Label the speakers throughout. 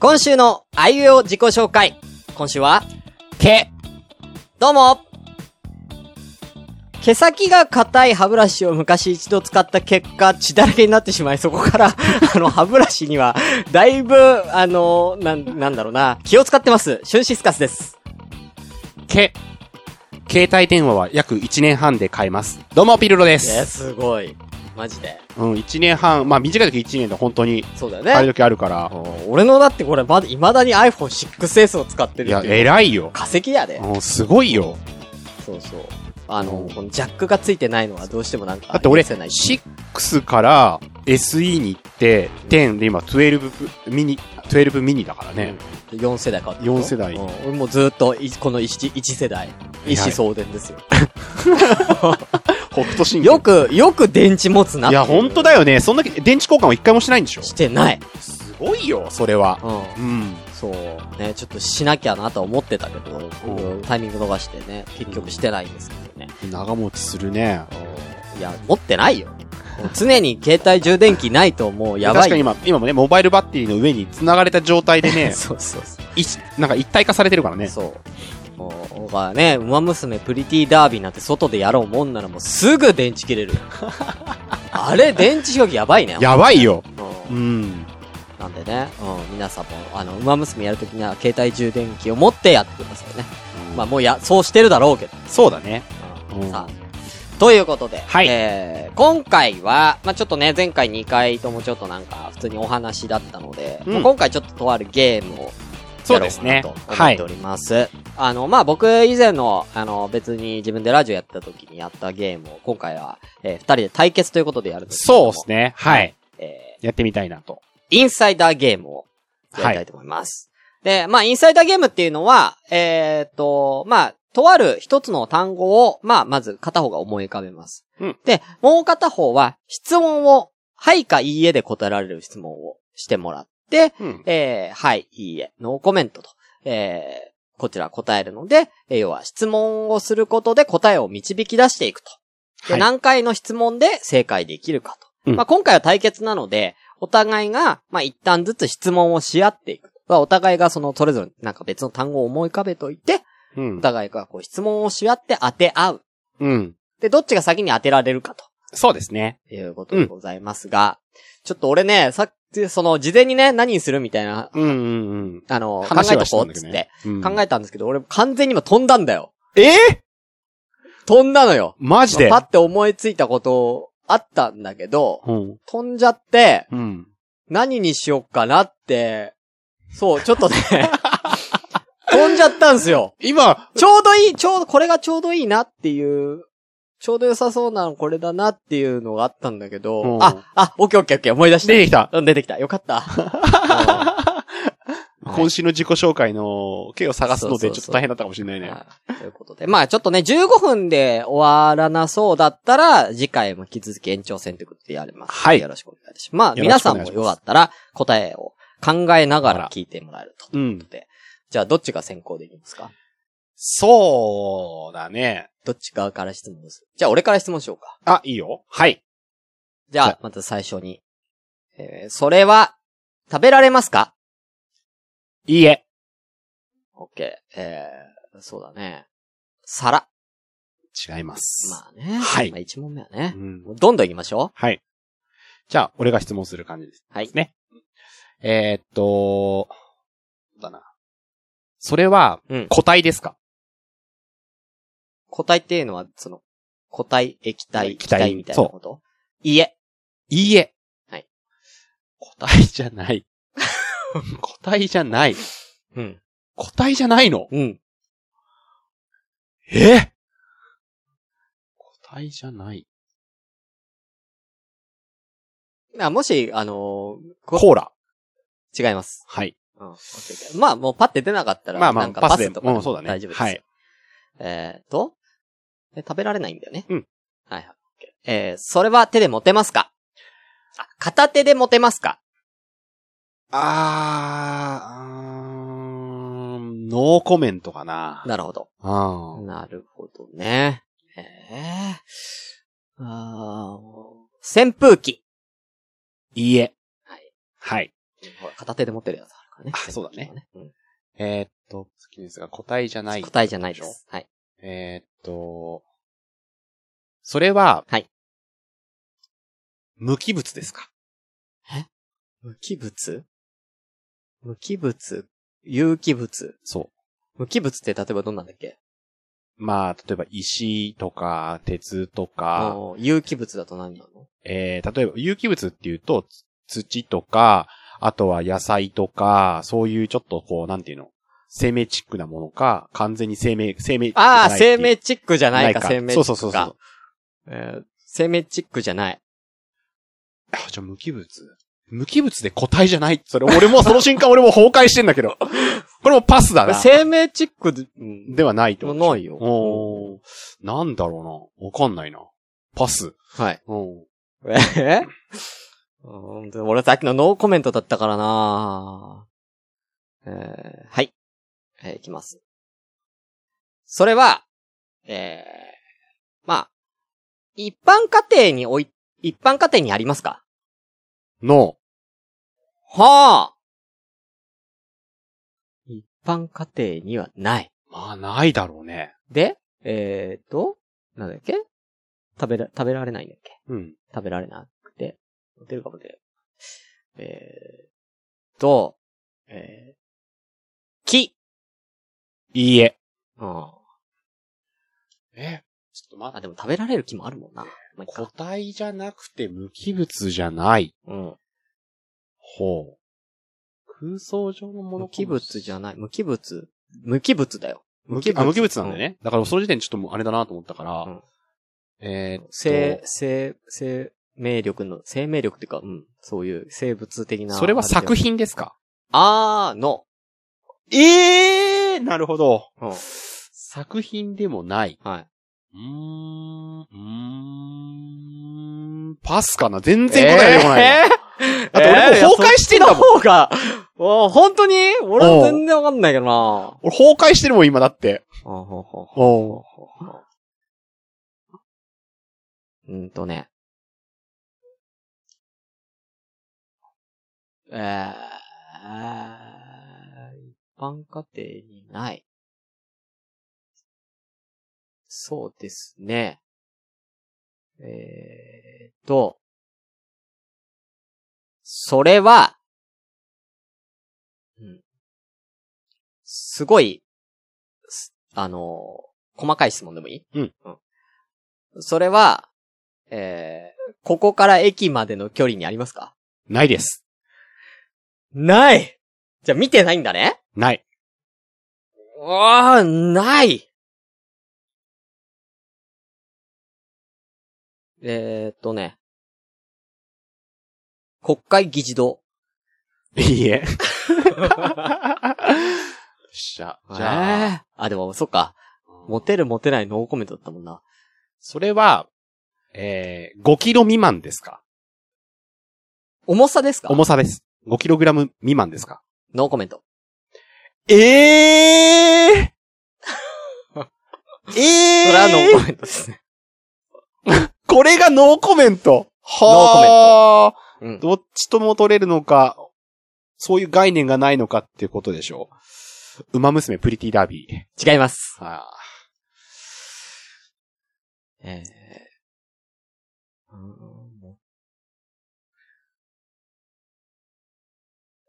Speaker 1: 今週のあいうえお自己紹介。今週は、
Speaker 2: け、
Speaker 1: どうも毛先が硬い歯ブラシを昔一度使った結果、血だらけになってしまい、そこから、 あの、歯ブラシには、だいぶ、あの、なん、なんだろうな、気を使ってます。シュンシスカスです。
Speaker 2: け。携帯電話は約1年半で買えます。どうも、ピルロです。
Speaker 1: え、すごい。マジで。
Speaker 2: うん、1年半、まあ短い時1年で本当に、
Speaker 1: そうだよ
Speaker 2: ある
Speaker 1: ね。
Speaker 2: 時あるから。
Speaker 1: うん俺のだってこれ、まだ、未だに iPhone6S を使ってる
Speaker 2: いや
Speaker 1: っ、ていう。
Speaker 2: 偉いよ。
Speaker 1: 化石やで。
Speaker 2: うん、すごいよ。
Speaker 1: そうそう。あの
Speaker 2: うん、
Speaker 1: このジャックがついてないのはどうしてもなんか、
Speaker 2: だって俺、
Speaker 1: 許せない
Speaker 2: 6から、SE に行って、10で今12ミニ、12ミニだからね。
Speaker 1: 4世代か
Speaker 2: 四世代
Speaker 1: うん、俺もうずーっといこの一一世代
Speaker 2: い
Speaker 1: 一子相伝ですよ
Speaker 2: 北斗神
Speaker 1: よくよく電池持つなっ
Speaker 2: い
Speaker 1: てい
Speaker 2: や、本当だよね。そんだけ電池交換を一回もしないんでしょ
Speaker 1: うしてない
Speaker 2: すごいよ、それは。
Speaker 1: うん
Speaker 2: うん。
Speaker 1: そうねちょっとしなきゃなとは思ってたけど、
Speaker 2: うん
Speaker 1: タイミング逃してね結局してないんですけどね、
Speaker 2: 長持ちするね。
Speaker 1: いや持ってないよもう常に携帯充電器ないともうやばい
Speaker 2: 確かに今、今もね、モバイルバッテリーの上に繋がれた状態 でね、
Speaker 1: そうそうそう
Speaker 2: いしなんか一体化されてるからね。
Speaker 1: そう。もう、僕はね、ウマ娘プリティダービーなんて外でやろうもんならもうすぐ電池切 れるよ。あれ、電池表記やばいね。
Speaker 2: やばいよ。
Speaker 1: う
Speaker 2: うんん。
Speaker 1: なんでね、うん、皆さんも、あの、ウマ娘やるときには携帯充電器を持ってやってくださいね。まあもうや、そうしてるだろうけど。
Speaker 2: そうだね。
Speaker 1: うん
Speaker 2: うん
Speaker 1: さあ。ということで、
Speaker 2: はい
Speaker 1: えー、今回は、まあちょっとね、前回2回ともちょっとなんか、普通にお話だったので、
Speaker 2: うん
Speaker 1: まあ今回ちょっととあるゲームを
Speaker 2: そうですね
Speaker 1: やろうかなと思っております。あの、まあ、僕以前の、あの、別に自分でラジオやった時にやったゲームを、今回は、えー二人で対決ということでやるんですけど
Speaker 2: そう
Speaker 1: も
Speaker 2: ですね。はい。
Speaker 1: え
Speaker 2: やってみたいなと。
Speaker 1: ーインサイダーゲームをやりたいと思います。で、まあ、インサイダーゲームっていうのは、えーっと、まあ、とある一つの単語を、まあ、まず片方が思い浮かべます。
Speaker 2: うん
Speaker 1: で、もう片方は質問を、はいかいいえで答えられる質問をしてもらって、
Speaker 2: うん。
Speaker 1: えーはい、いいえ、ノーコメントと、えーこちら答えるので、えー要は質問をすることで答えを導き出していくと。で、
Speaker 2: はい
Speaker 1: 何回の質問で正解できるかと。
Speaker 2: うん
Speaker 1: まあ、今回は対決なので、お互いが、まあ、一旦ずつ質問をし合っていく。まあお互いがその、それぞれなんか別の単語を思い浮かべといて、
Speaker 2: う
Speaker 1: お
Speaker 2: ん。
Speaker 1: 互いがこう質問をし合って当て合う。
Speaker 2: うん。
Speaker 1: で、どっちが先に当てられるかと。
Speaker 2: そうですね。
Speaker 1: ということでございますが、ちょっと俺ね、さっき、その、事前にね、何にするみたいな、
Speaker 2: うんうんうん。
Speaker 1: あの、考
Speaker 2: 話
Speaker 1: え
Speaker 2: は
Speaker 1: と
Speaker 2: した
Speaker 1: こうっ
Speaker 2: んだけ
Speaker 1: つ
Speaker 2: ど
Speaker 1: って
Speaker 2: ね。。うん
Speaker 1: 考えたんですけど、俺完全に今飛んだんだよ。
Speaker 2: えー
Speaker 1: 飛んだのよ。
Speaker 2: マジで
Speaker 1: まあパって思いついたことあったんだけど、
Speaker 2: うん。
Speaker 1: 飛んじゃって、
Speaker 2: うん。
Speaker 1: 何にしよっかなって、そう、ちょっ とね、飛んじゃったんすよ。
Speaker 2: 今、
Speaker 1: ちょうどいい、ちょうど、これがちょうどいいなっていう、ちょうど良さそうなのこれだなっていうのがあったんだけど、
Speaker 2: うん
Speaker 1: あ、あ、オッケーオッケーオッケー、思い出した。
Speaker 2: 出てきた。
Speaker 1: うん、出てきた。よか った。はい
Speaker 2: 今週の自己紹介の系を探すの
Speaker 1: そう
Speaker 2: で、
Speaker 1: そう
Speaker 2: ち
Speaker 1: そう
Speaker 2: ょっと大変だったかもしれないね。
Speaker 1: はいということで。まあちょっとね、15分で終わらなそうだったら、次回も引き続き延長戦ということでやります。
Speaker 2: はい
Speaker 1: よろしくお願いします。まあ
Speaker 2: よろ
Speaker 1: 皆
Speaker 2: しく
Speaker 1: さ
Speaker 2: お
Speaker 1: ん
Speaker 2: 願いします
Speaker 1: もよかったら答えを考えながら聞いてもらえると。と
Speaker 2: う
Speaker 1: いうこ
Speaker 2: ん
Speaker 1: と。で。じゃあどっちが先行できますか
Speaker 2: そうだね。
Speaker 1: どっち側から質問するじゃあ俺から質問しようか。
Speaker 2: あ、いいよ。はい。
Speaker 1: じゃ
Speaker 2: は
Speaker 1: あ、まず最初に。えー、それは、食べられますか
Speaker 2: いいえ。
Speaker 1: オッケー。えー、そうだね。皿。
Speaker 2: 違います。
Speaker 1: まあね。
Speaker 2: はい
Speaker 1: まあ一問目はね
Speaker 2: う。ん。
Speaker 1: もうどんどん行きましょう。
Speaker 2: はい。じゃあ、俺が質問する感じです。
Speaker 1: はい
Speaker 2: ね。えー、っと、そうだな。それは
Speaker 1: うん、
Speaker 2: 個体ですか、
Speaker 1: 固体っていうのは、その、固体、液体、気
Speaker 2: 気
Speaker 1: 体
Speaker 2: 体
Speaker 1: みたいなこといいえ。
Speaker 2: いいえ。
Speaker 1: はい。
Speaker 2: 個体じゃない。 個体じゃない。
Speaker 1: うん。
Speaker 2: 個体じゃないの
Speaker 1: うん。
Speaker 2: えー個体じゃない。
Speaker 1: あもし、あのーこ
Speaker 2: コーラ。
Speaker 1: 違います。
Speaker 2: はい。
Speaker 1: うん。オッケーオッケーまあ、もうパって出なかったら、
Speaker 2: まあまあ
Speaker 1: なんか
Speaker 2: パ
Speaker 1: パ
Speaker 2: スで
Speaker 1: スとかで
Speaker 2: うんそうだね
Speaker 1: 大丈夫です。
Speaker 2: はい。
Speaker 1: えーと、え食べられないんだよね。
Speaker 2: うん。
Speaker 1: はいはい。オッケーえー、それは手で持てますかあ、片手で持てますか
Speaker 2: あー、うーんノーコメントかな。
Speaker 1: なるほど。
Speaker 2: あー
Speaker 1: なるほどね。ええー。あー扇風機。
Speaker 2: いいえ。
Speaker 1: はい。
Speaker 2: はい。
Speaker 1: ほら片手で持ってるやつある。からね。
Speaker 2: あそうだね
Speaker 1: うん。
Speaker 2: えーっと、好きですが、個体じゃない。
Speaker 1: 答えじゃないです。はい。
Speaker 2: えーっと、それは、
Speaker 1: はい。
Speaker 2: 無機物ですか
Speaker 1: 無機物無機物有機物
Speaker 2: そう。
Speaker 1: 無機物って例えばどんなんだっけ
Speaker 2: まあ、例えば石とか、鉄とか、
Speaker 1: おー有機物だと何なの
Speaker 2: えー、例えば有機物っていうと、つ土とか、あとは野菜とか、そういうちょっとこう、なんていうの、生命チックなものか、完全に生命、生命
Speaker 1: ああ、
Speaker 2: じゃ
Speaker 1: 生
Speaker 2: ないってい
Speaker 1: 命
Speaker 2: う
Speaker 1: チックじゃないか、生命チック
Speaker 2: そう
Speaker 1: か。
Speaker 2: そうそうそう。
Speaker 1: えー生命チックじゃない。
Speaker 2: あ、じゃあ無機物無機物で個体じゃない。それ俺も、その瞬間俺も崩壊してんだけど。これもパス だな。
Speaker 1: 生命チックで、うん
Speaker 2: ではないと。
Speaker 1: ないよ。
Speaker 2: おー、なんだろうな。わかんないな。パス。
Speaker 1: はい。
Speaker 2: うん。
Speaker 1: えうんでも俺さっきのノーコメントだったからなえー、はい。えーいきます。それは、えー、まあ、一般家庭におい、一般家庭にありますか
Speaker 2: の、
Speaker 1: はあ一般家庭にはない。
Speaker 2: まあ、ないだろうね。
Speaker 1: で、えーと、なんだっけ食べら、食べられないんだっけ
Speaker 2: うん。
Speaker 1: 食べられなくて、出るかもね。えー、と、えー、木。
Speaker 2: いいえ。
Speaker 1: うん。
Speaker 2: え、ちょっと待
Speaker 1: あ、
Speaker 2: って。
Speaker 1: でも食べられる木もあるもんな。まあ、いい
Speaker 2: 個
Speaker 1: か。
Speaker 2: 体じゃなくて無機物じゃない。
Speaker 1: うん。
Speaker 2: ほう。空想上のもの
Speaker 1: 無機物じゃない。無機物無機物だよ。
Speaker 2: 無機あ無機物なんだよね。だからその時点でちょっともうあれだなと思ったから。
Speaker 1: うん
Speaker 2: え
Speaker 1: う
Speaker 2: ー
Speaker 1: ん。
Speaker 2: っと
Speaker 1: 生、生、生命力の、生命力っていうか、うん。そういう生物的な。
Speaker 2: それは作
Speaker 1: 品。
Speaker 2: 品ですか
Speaker 1: あーの。
Speaker 2: ええなるほど。
Speaker 1: うん。
Speaker 2: 作品でもない。
Speaker 1: はい。
Speaker 2: うーん、うーん、パスかな全然答え出てこない。
Speaker 1: えー
Speaker 2: だって俺もう崩壊してんだも
Speaker 1: えー
Speaker 2: ん
Speaker 1: そっちの方が、お本当に俺は全然わかんないけどな
Speaker 2: 俺崩壊してるもん、今だって。
Speaker 1: ほうほうほうほ
Speaker 2: お
Speaker 1: うほうほううんとね。えー、一般家庭にない。そうですね。えーと、それは、うん、すごい、すあのー細かい質問でもいい
Speaker 2: うん。
Speaker 1: それは、えー、ここから駅までの距離にありますか
Speaker 2: ないです。
Speaker 1: ないじゃあ見てないんだね
Speaker 2: ない。
Speaker 1: ああ、ないえー、っとね。国会議事堂。
Speaker 2: いいえ。よっしゃ。じゃあ、
Speaker 1: あ。あ、でも、そっか。モテるモテないノーコメントだったもんな。
Speaker 2: それは、えー、5キロ未満ですか
Speaker 1: 重さですか
Speaker 2: 重さです。5キログラム未満ですか
Speaker 1: ノーコメント。
Speaker 2: ええ ー、え
Speaker 1: それはノーコ
Speaker 2: えー、
Speaker 1: メントですね。
Speaker 2: これがノーコメントはあ
Speaker 1: うん。
Speaker 2: どっちとも取れるのか、そういう概念がないのかっていうことでしょう。馬娘プリティダービー。
Speaker 1: 違います。
Speaker 2: はあ、
Speaker 1: えー、うん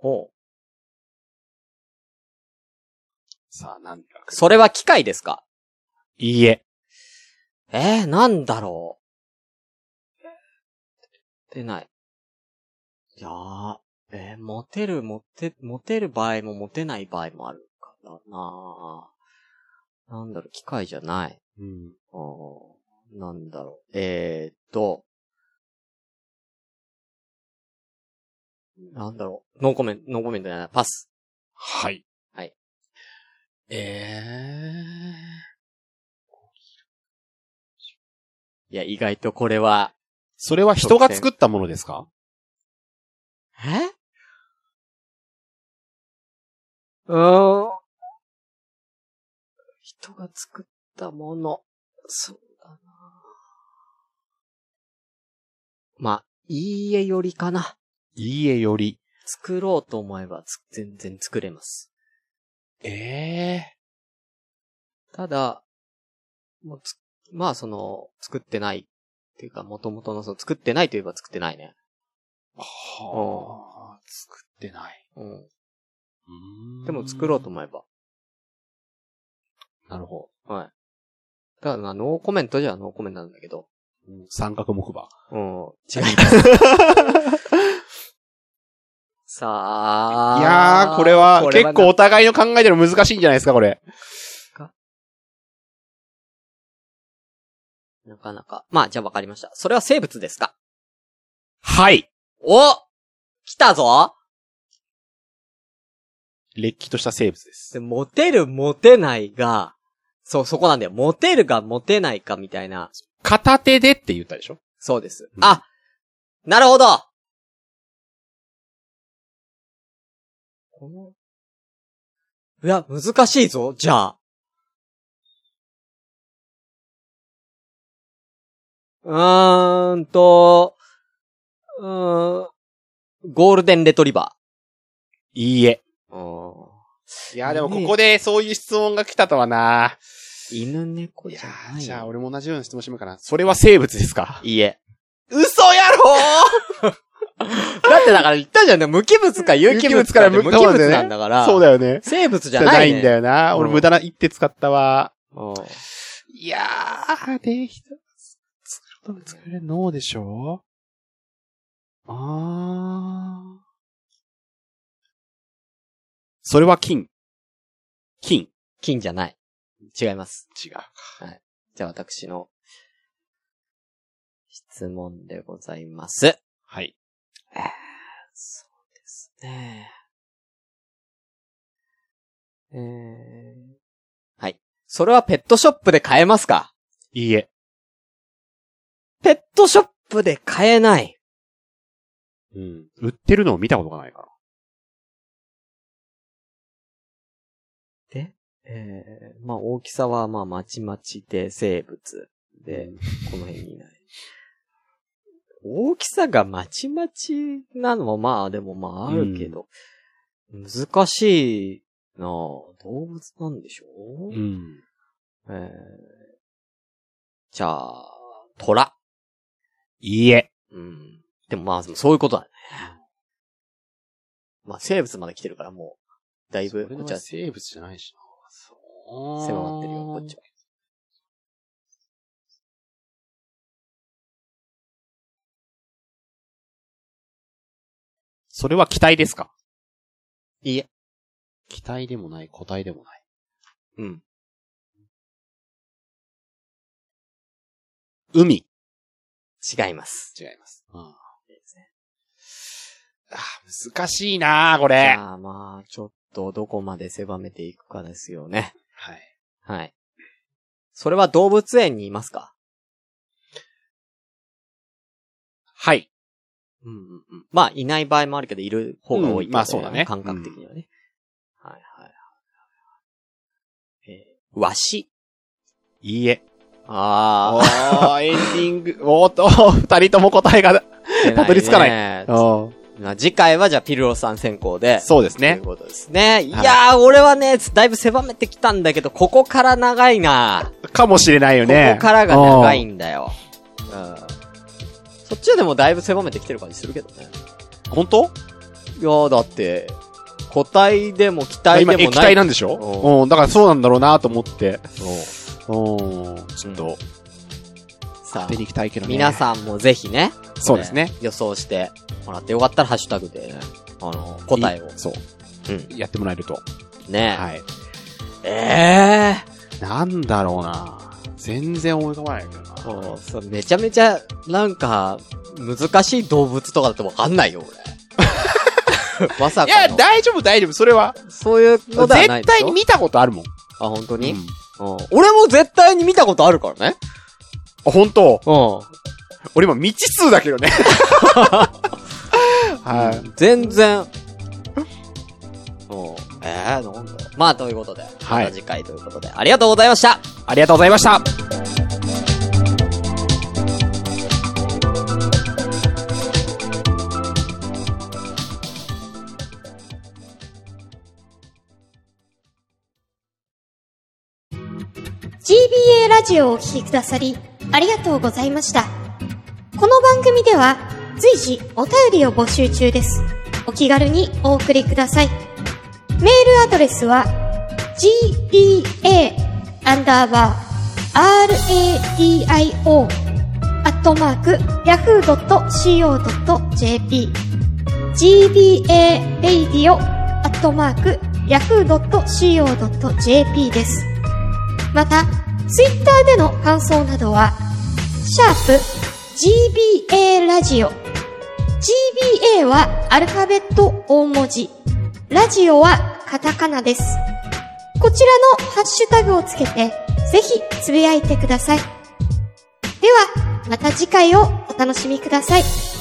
Speaker 1: ほう。
Speaker 2: さあ、なんだ。
Speaker 1: それは機械ですか
Speaker 2: いいえ。
Speaker 1: えー、なんだろう。出ない。いやー、えー、モテる、モテ、モテる場合もモテない場合もあるからななんだろう、機械じゃない。
Speaker 2: うん。
Speaker 1: あーなんだろう。えー、っと。なんだろう。ノーコメント、ノーコメントじゃない。パス。
Speaker 2: はい。
Speaker 1: はい。
Speaker 2: えー。
Speaker 1: いや、意外とこれは。
Speaker 2: それは人が作ったものですか
Speaker 1: えうーん。人が作ったもの。そうだなまあ、いいえよりかな。
Speaker 2: いいえより。
Speaker 1: 作ろうと思えばつ全然作れます。
Speaker 2: ええ
Speaker 1: ただ、もうつまあその、作ってない。っていうか、元々のその、作ってないといえば作ってないね。
Speaker 2: はあ、作ってない。
Speaker 1: うん。
Speaker 2: うーん
Speaker 1: でも作ろうと。思えば。
Speaker 2: なるほ
Speaker 1: はい。だからまあ、ノーコメントじゃノーコメントなんだけど。
Speaker 2: ど。うん三角木馬。
Speaker 1: うん。違う。さあ。
Speaker 2: いやー、これは結構お互いの考えてるの難しいんじゃないですか、これ。
Speaker 1: な。なかなか。まあ、じゃあわかりました。それは生物ですか
Speaker 2: はい
Speaker 1: お来たぞ
Speaker 2: れっきとした生物です
Speaker 1: で。モテる、モテないが、そう、そこなんだよ。モテるか、モテないか、みたいな。
Speaker 2: 片手でって言ったでしょ
Speaker 1: そうです。
Speaker 2: うん
Speaker 1: あなるほどこの、いや、難しいぞ、じゃあ。うーんと、うーん、ゴールデンレトリバ
Speaker 2: いいえ。
Speaker 1: ー。
Speaker 2: いや、でもここでそういう質問が来たとはな。
Speaker 1: 犬猫
Speaker 2: い
Speaker 1: じ
Speaker 2: や
Speaker 1: ゃない
Speaker 2: ー
Speaker 1: よ。
Speaker 2: じゃあ俺も同じような質問してもいいかな。それは生物ですか
Speaker 1: いいえ。嘘やろ だってだから言ったじゃんね。無機物か有機物かって
Speaker 2: 有機
Speaker 1: 無
Speaker 2: 物
Speaker 1: 機
Speaker 2: から無
Speaker 1: 物なんだから。
Speaker 2: そうだよね。
Speaker 1: 生物じゃない、ね。
Speaker 2: んだよな。俺
Speaker 1: うん
Speaker 2: 無駄な言って使ったわ。
Speaker 1: うん。
Speaker 2: いやー、できた。作ること作れる脳でしょあー。それは金。金。
Speaker 1: 金じゃない。違います。
Speaker 2: 違う。
Speaker 1: じゃあ私の質問でございます。
Speaker 2: はい。
Speaker 1: そうですね。えー、はい。それはペットショップで買えますか
Speaker 2: いいえ。
Speaker 1: ペットショップで買えない。
Speaker 2: うん。売ってるのを見たことがないか
Speaker 1: えー、まあ大きさはまあまちまちで生物
Speaker 2: ら。
Speaker 1: で、この辺にいない。大きさがまちまちなのはまあでもまああるけど、難しいなあ動物なんでしょう、
Speaker 2: うん。
Speaker 1: えー、じゃあ、虎。
Speaker 2: いいえ。
Speaker 1: うん。でもまあそういうことだね。まあ生物まで来てるからもう、だいぶ、こっちは
Speaker 2: 生物じゃないしな。そう
Speaker 1: 狭まってるよ、こっちは。
Speaker 2: それは機体ですか
Speaker 1: いいえ。
Speaker 2: 機体でもない、個体でもない。
Speaker 1: うん。
Speaker 2: 海。
Speaker 1: 違います。
Speaker 2: 違います。うん。あー難しいなーこ
Speaker 1: じ
Speaker 2: れ。
Speaker 1: ゃあまあ、ちょっとどこまで狭めていくかですよね。
Speaker 2: はい。
Speaker 1: はい。それは動物園にいますか
Speaker 2: はい。
Speaker 1: うんうんうん。まあ、いない場合もあるけど、いる方が多い、
Speaker 2: うんまあそうだね
Speaker 1: 感覚的にはね。はいはいはい。えー、わし。
Speaker 2: いいえ。
Speaker 1: あ
Speaker 2: あー、エンディング、おーっと、二人とも答えが、
Speaker 1: あ、
Speaker 2: たどり着かない
Speaker 1: ないね。
Speaker 2: そ
Speaker 1: まあ次回はじゃあ、ピルロさん先行で。
Speaker 2: うです
Speaker 1: とい
Speaker 2: ね
Speaker 1: う。ことですね。いやー、俺はね、だいぶ狭めてきたんだけど、ここから長いな
Speaker 2: かもしれないよね。
Speaker 1: ここからが長い
Speaker 2: うん
Speaker 1: んだよ。うん。そっちはでもだいぶ狭めてきてる感じするけどね。
Speaker 2: 本当
Speaker 1: いやーだって、個体でも機体でも
Speaker 2: 今、
Speaker 1: ない。
Speaker 2: 液体なんでし
Speaker 1: う
Speaker 2: ょうん、だからそうなんだろうなと思って。
Speaker 1: そう
Speaker 2: うん、ちょっと、
Speaker 1: さ
Speaker 2: 手
Speaker 1: あ、
Speaker 2: に行きたいけどね。
Speaker 1: 皆さんもぜひね、
Speaker 2: ん。そうですね
Speaker 1: こ。れ。予想してもらってよかったらハッシュタグで、あの、答えを
Speaker 2: い。そう。
Speaker 1: うん。
Speaker 2: やってもらえると。
Speaker 1: ね
Speaker 2: はい。
Speaker 1: え
Speaker 2: なんだろうな全然思い浮かばないけどな。
Speaker 1: えー。そう、そう、めちゃめちゃ、なんか、難しい動物とかだとわかんないよ、 俺。まさ
Speaker 2: い
Speaker 1: か
Speaker 2: や、
Speaker 1: の。
Speaker 2: 大丈夫、大丈夫。それは。
Speaker 1: そういうの
Speaker 2: 絶
Speaker 1: ではないで
Speaker 2: 対
Speaker 1: しょ
Speaker 2: に見たことあるもん。
Speaker 1: あ、本当に、
Speaker 2: う
Speaker 1: うん
Speaker 2: ん
Speaker 1: 俺も絶対に見たことあるからね。
Speaker 2: あ本当
Speaker 1: うん。
Speaker 2: 俺今未知数だけど ね。は
Speaker 1: 全然。もう、えー、なんだろうまあ、ということで、
Speaker 2: はい
Speaker 1: また次回ということで、ありがとうございました
Speaker 2: い。ありがとうございました。
Speaker 3: GBA ラジオをお聴きくださり、ありがとうございました。この番組では、随時お便りを募集中です。お気軽にお送りください。メールアドレスは、gba, アンダーバー、radio, アットマーク、yahoo.co.jp gba-radio-yahoo.co.jp です。また、ツイッターでの感想などは、シャープ gba ラジオ。gba はアルファベット大文字。ラジオはカタカナです。こちらのハッシュタグをつけて、ぜひつぶやいてください。では、また次回をお楽しみください。